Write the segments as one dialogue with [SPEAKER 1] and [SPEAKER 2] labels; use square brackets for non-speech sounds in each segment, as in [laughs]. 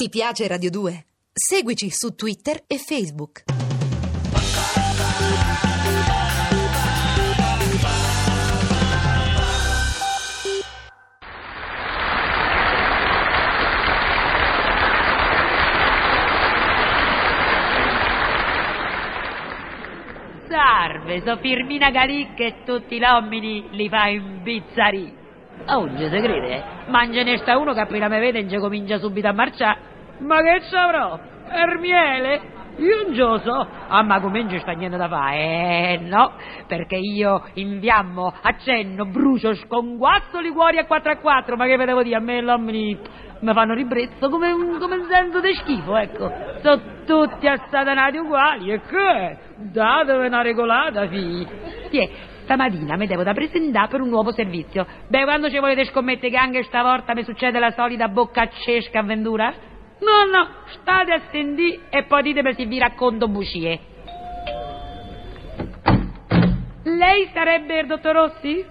[SPEAKER 1] Ti piace Radio 2? Seguici su Twitter e Facebook.
[SPEAKER 2] Salve, so Firmina Galicca e tutti gli uomini li fa imbizzarì. Oggi se crede, eh? mangia ne sta uno che appena mi vede e comincia subito a marciare. Ma che saprò? Er miele? Io non gio so. Ah, ma comincio sta niente da fare. Eh, no, perché io inviammo, accenno, brucio, sconguazzo i cuori a 4 a 4. Ma che ve devo dire? A me gli uomini mi fanno ribrezzo come un, come un senso di schifo, ecco. Sono tutti assatanati uguali, e che? Datevi una regolata, figli. Sì, eh, stamattina mi devo da presentare per un nuovo servizio. Beh, quando ci volete scommettere che anche stavolta mi succede la solita boccaccesca avventura? No, no, state a sentire e poi ditemi se vi racconto bucie. Lei sarebbe il dottor Rossi?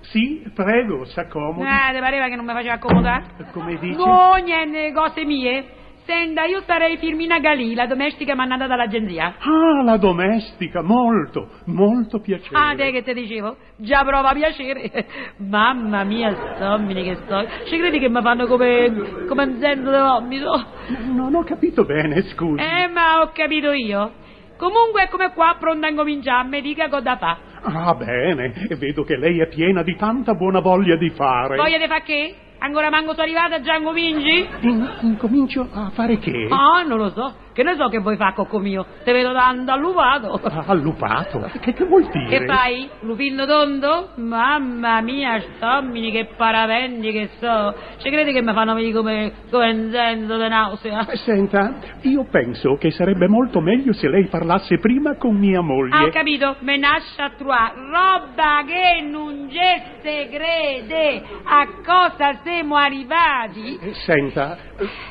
[SPEAKER 3] Sì, prego, s'accomodi.
[SPEAKER 2] Ah, ti pareva che non mi faceva accomodare?
[SPEAKER 3] Come dice?
[SPEAKER 2] No, niente, cose mie. Senta, io sarei Firmina Galì, la domestica mandata dall'agenzia.
[SPEAKER 3] Ah, la domestica, molto, molto piacevole.
[SPEAKER 2] Ah, te che ti dicevo? Già prova piacere. [laughs] Mamma mia, sommini che sto. Ci credi che mi fanno come, come un zendo di vomito?
[SPEAKER 3] Non ho capito bene, scusi.
[SPEAKER 2] Eh, ma ho capito io. Comunque, come qua, pronta a incominciare, mi dica cosa fa.
[SPEAKER 3] Ah, bene, e vedo che lei è piena di tanta buona voglia di fare.
[SPEAKER 2] Voglia di fa che? Ancora manco sono arrivata, già incominci?
[SPEAKER 3] In- incomincio a fare che?
[SPEAKER 2] Ah, non lo so. Che ne so che vuoi fare, cocco mio? Te vedo tanto allupato.
[SPEAKER 3] Ah, Allupato? Che, che vuol dire?
[SPEAKER 2] Che fai? Lupinno tondo? Mamma mia, stommini, che parapendi che so. Ci credi che mi fanno venire come, come un senso di nausea?
[SPEAKER 3] Eh, Senta, io penso che sarebbe molto meglio se lei parlasse prima con mia moglie.
[SPEAKER 2] Ah, ho capito, me nasce a trovare roba che non gesse crede. A cosa siamo arrivati?
[SPEAKER 3] Eh, Senta,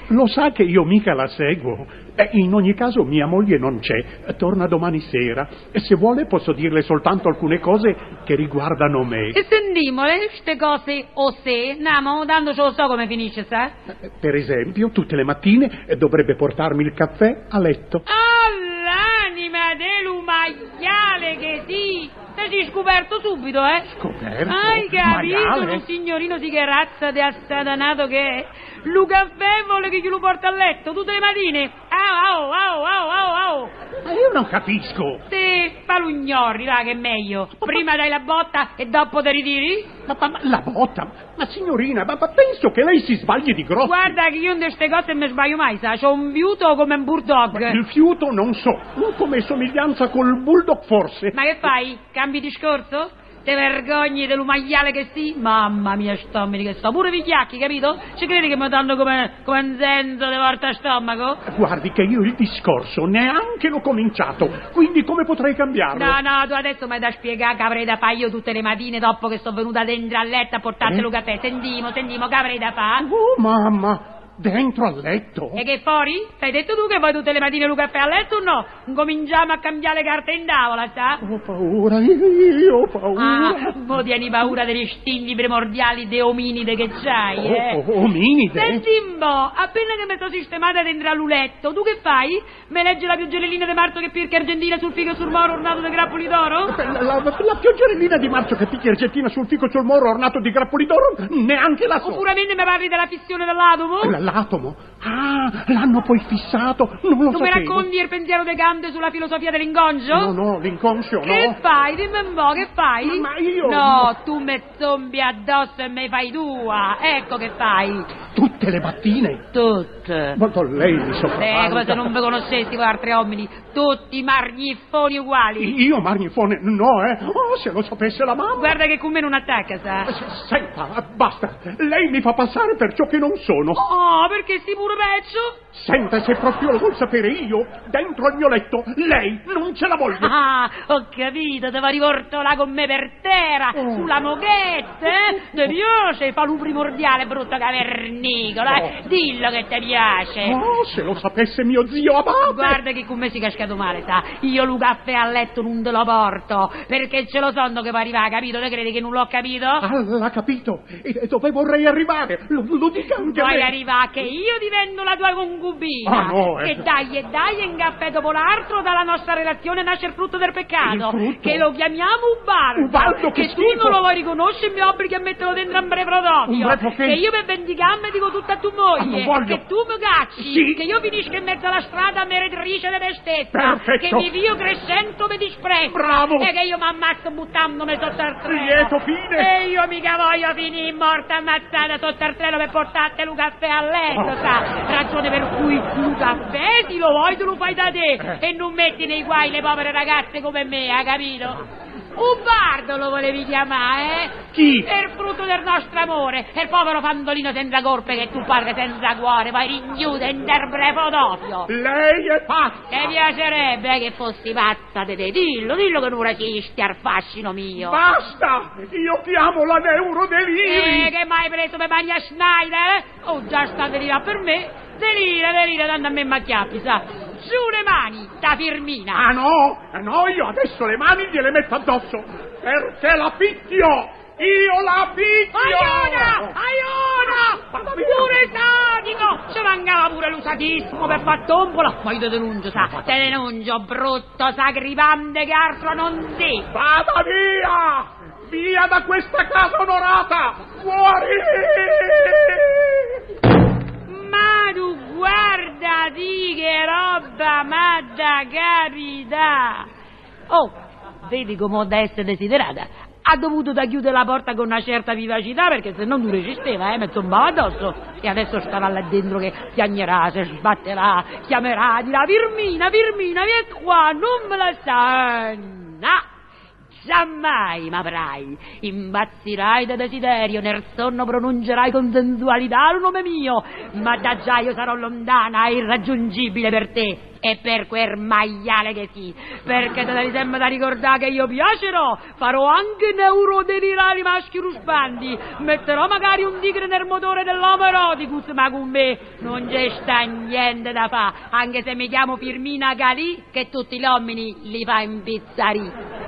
[SPEAKER 3] lo sa che io mica la seguo. Beh, in ogni caso mia moglie non c'è, torna domani sera. E se vuole posso dirle soltanto alcune cose che riguardano me.
[SPEAKER 2] E sentimole, queste cose o se, no, ma tanto ce lo so come finisce, sa?
[SPEAKER 3] Eh, Per esempio, tutte le mattine eh, dovrebbe portarmi il caffè a letto.
[SPEAKER 2] All'anima dell'umaiale che ti... Te sei scoperto subito, eh?
[SPEAKER 3] Scoperto?
[SPEAKER 2] Hai capito
[SPEAKER 3] Maiale?
[SPEAKER 2] il signorino di che razza di assatanato che è? Luca Caffè vuole che glielo porta a letto tutte le mattine. Au, au, au, au, au, au.
[SPEAKER 3] Ma io non capisco.
[SPEAKER 2] Te palugnorri, là, che è meglio. Prima dai la botta e dopo te ritiri?
[SPEAKER 3] Ma, ma- ma la botta, ma signorina, ma, ma penso che lei si sbagli di grosso.
[SPEAKER 2] Guarda che io in queste cose non mi sbaglio mai, sa? C'ho un viuto come un bulldog.
[SPEAKER 3] Il fiuto non so, come somiglianza col bulldog forse.
[SPEAKER 2] Ma che fai? Cambi discorso? Te vergogni dell'umaiale che sì? Mamma mia, stomini che sto. Pure vigliacchi, capito? Ci credi che mi danno come, come un senso di porta stomaco?
[SPEAKER 3] Guardi che io il discorso neanche l'ho cominciato, quindi come potrei cambiarlo?
[SPEAKER 2] No, no, tu adesso mi hai da spiegare che avrei da fare io tutte le mattine dopo che sono venuta dentro a letto a portartelo
[SPEAKER 3] Eh?
[SPEAKER 2] caffè. Sentimo, sentimo, che avrei da fare?
[SPEAKER 3] Oh mamma, dentro al letto?
[SPEAKER 2] E che fuori? T'hai detto tu che vuoi tutte le mattine lo caffè a letto o no? Cominciamo a cambiare carte in tavola, sa?
[SPEAKER 3] Ho paura, io ho paura.
[SPEAKER 2] Ah, mo tieni paura degli stigli primordiali de ominide che c'hai, eh?
[SPEAKER 3] Oh, oh, ominide?
[SPEAKER 2] Senti un po', appena che mi sono sistemata dentro all'uletto, tu che fai? Me leggi la pioggerellina di Marto che pirca argentina sul figo e sul moro ornato di grappoli d'oro?
[SPEAKER 3] La, la, la pioggerellina di marzo che picchia argentina sul fico e sul moro ornato di grappoli d'oro, neanche la so.
[SPEAKER 2] Oppure mi parli della fissione dell'atomo?
[SPEAKER 3] L- L'atomo? Ah, l'hanno poi fissato, non lo
[SPEAKER 2] Tu mi
[SPEAKER 3] sapevo.
[SPEAKER 2] racconti il pensiero de Kant sulla filosofia dell'ingongio?
[SPEAKER 3] No, no, l'inconscio,
[SPEAKER 2] Che
[SPEAKER 3] no.
[SPEAKER 2] fai? Dimmi un po', che fai?
[SPEAKER 3] Ma io-
[SPEAKER 2] No, tu me zombi addosso e me fai tua. Ecco che fai.
[SPEAKER 3] Tutte le mattine.
[SPEAKER 2] Tutte.
[SPEAKER 3] Ma con lei mi sopravvalga.
[SPEAKER 2] Eh, come se non vi conoscessi voi altri uomini. Tutti margnifoni uguali.
[SPEAKER 3] Io Margnifone no, eh. Oh, se lo sapesse la mamma.
[SPEAKER 2] Guarda che con me non attacca, sa.
[SPEAKER 3] S- Senta, basta. Lei mi fa passare per ciò che non sono.
[SPEAKER 2] Oh, perché si pure peccio?
[SPEAKER 3] Senta, se proprio lo vuol sapere io, dentro al mio letto, lei non ce la voglio.
[SPEAKER 2] [laughs] Ah, ho capito, te va rivolto là con me per terra,
[SPEAKER 3] Oh.
[SPEAKER 2] sulla moghetta, eh? De piace, fa lu primordiale, brutto Nicola,
[SPEAKER 3] No.
[SPEAKER 2] dillo che ti piace. Ah,
[SPEAKER 3] Oh, se lo sapesse mio zio Abate!
[SPEAKER 2] eh. Guarda che con me si è cascato male, sa. Io lo caffè a letto non te lo porto, perché ce lo sono che va arrivare, capito? Te credi che non l'ho capito?
[SPEAKER 3] Ah, l'ha capito! E e dove vorrei arrivare? Lo, lo dica anche a
[SPEAKER 2] Poi
[SPEAKER 3] me!
[SPEAKER 2] arriva che io divento la tua concubina.
[SPEAKER 3] Ah, no, eh.
[SPEAKER 2] Che dai e dai un caffè dopo l'altro dalla nostra relazione nasce il frutto del peccato.
[SPEAKER 3] Il frutto?
[SPEAKER 2] Che lo chiamiamo Ubaldo.
[SPEAKER 3] Ubaldo, che
[SPEAKER 2] tu
[SPEAKER 3] schifo.
[SPEAKER 2] non lo vuoi riconoscere mi obblighi a metterlo dentro a un preprodotto.
[SPEAKER 3] Un brevo che-
[SPEAKER 2] io per vendicarmi dico tutto a tua
[SPEAKER 3] Ah, non
[SPEAKER 2] moglie.
[SPEAKER 3] voglio.
[SPEAKER 2] Che tu mi cacci.
[SPEAKER 3] Sì.
[SPEAKER 2] Che io finisco in mezzo alla strada meretrice di me stessa.
[SPEAKER 3] Perfetto.
[SPEAKER 2] Che mi vio crescento mi disprezzo.
[SPEAKER 3] Bravo.
[SPEAKER 2] E che io mi ammazzo buttandomi sotto al treno.
[SPEAKER 3] Lieto fine.
[SPEAKER 2] E io mica voglio finire morta ammazzata sotto al treno per portarti un caffè a letto,
[SPEAKER 3] Oh.
[SPEAKER 2] sa? Ragione per cui un caffè ti lo vuoi, te lo fai da te
[SPEAKER 3] Eh.
[SPEAKER 2] e non metti nei guai le povere ragazze come me, ha capito? Un bardo lo volevi chiamare, eh?
[SPEAKER 3] Chi?
[SPEAKER 2] È il frutto del nostro amore, è il povero fandolino senza colpe che tu parli senza cuore, vai rinchiuso in terbrefo d'odio.
[SPEAKER 3] Lei è pazza!
[SPEAKER 2] Ti piacerebbe che fossi pazza di te, dillo, dillo che non resisti al fascino mio.
[SPEAKER 3] Basta! Io chiamo la neurodeliri!
[SPEAKER 2] Eh, che mai preso per Maria Schneider? eh? Oh, già sta deriva per me. Delira, delira, tanto a me macchiappi, sa. Su le mani, da firmina.
[SPEAKER 3] Ah no, Ah, no, io adesso le mani gliele metto addosso, perché la pittio! Io la pittio!
[SPEAKER 2] Aiona! Aiona!
[SPEAKER 3] Vada via.
[SPEAKER 2] Pure sadico! Ci mancava pure l'usatismo per far tombola. Ma io te denuncio, sa. Te denuncio, brutto sacripante che altro non sei.
[SPEAKER 3] Vada via! Via da questa casa onorata! Fuori!
[SPEAKER 2] Ma tu guarda di che roba ma da capita! Oh, vedi come da essere desiderata. Ha dovuto da chiudere la porta con una certa vivacità perché se no non resisteva, eh, mi zombava addosso. E adesso starà là dentro che piagnerà, si sbatterà, chiamerà, dirà Virmina, Virmina, vieni qua, non me la sa. No. Giammai m'avrai, impazzirai da desiderio, nel sonno pronuncerai con sensualità il nome mio, ma da già io sarò lontana e irraggiungibile per te e per quel maiale che sì, perché te devi sempre da ricordare che io piacerò, farò anche neurodelirari maschi ruspanti, metterò magari un tigre nel motore dell'homo eroticus, ma con me non c'è sta niente da fa, anche se mi chiamo Firmina Galì, che tutti gli uomini li fa impizzarì.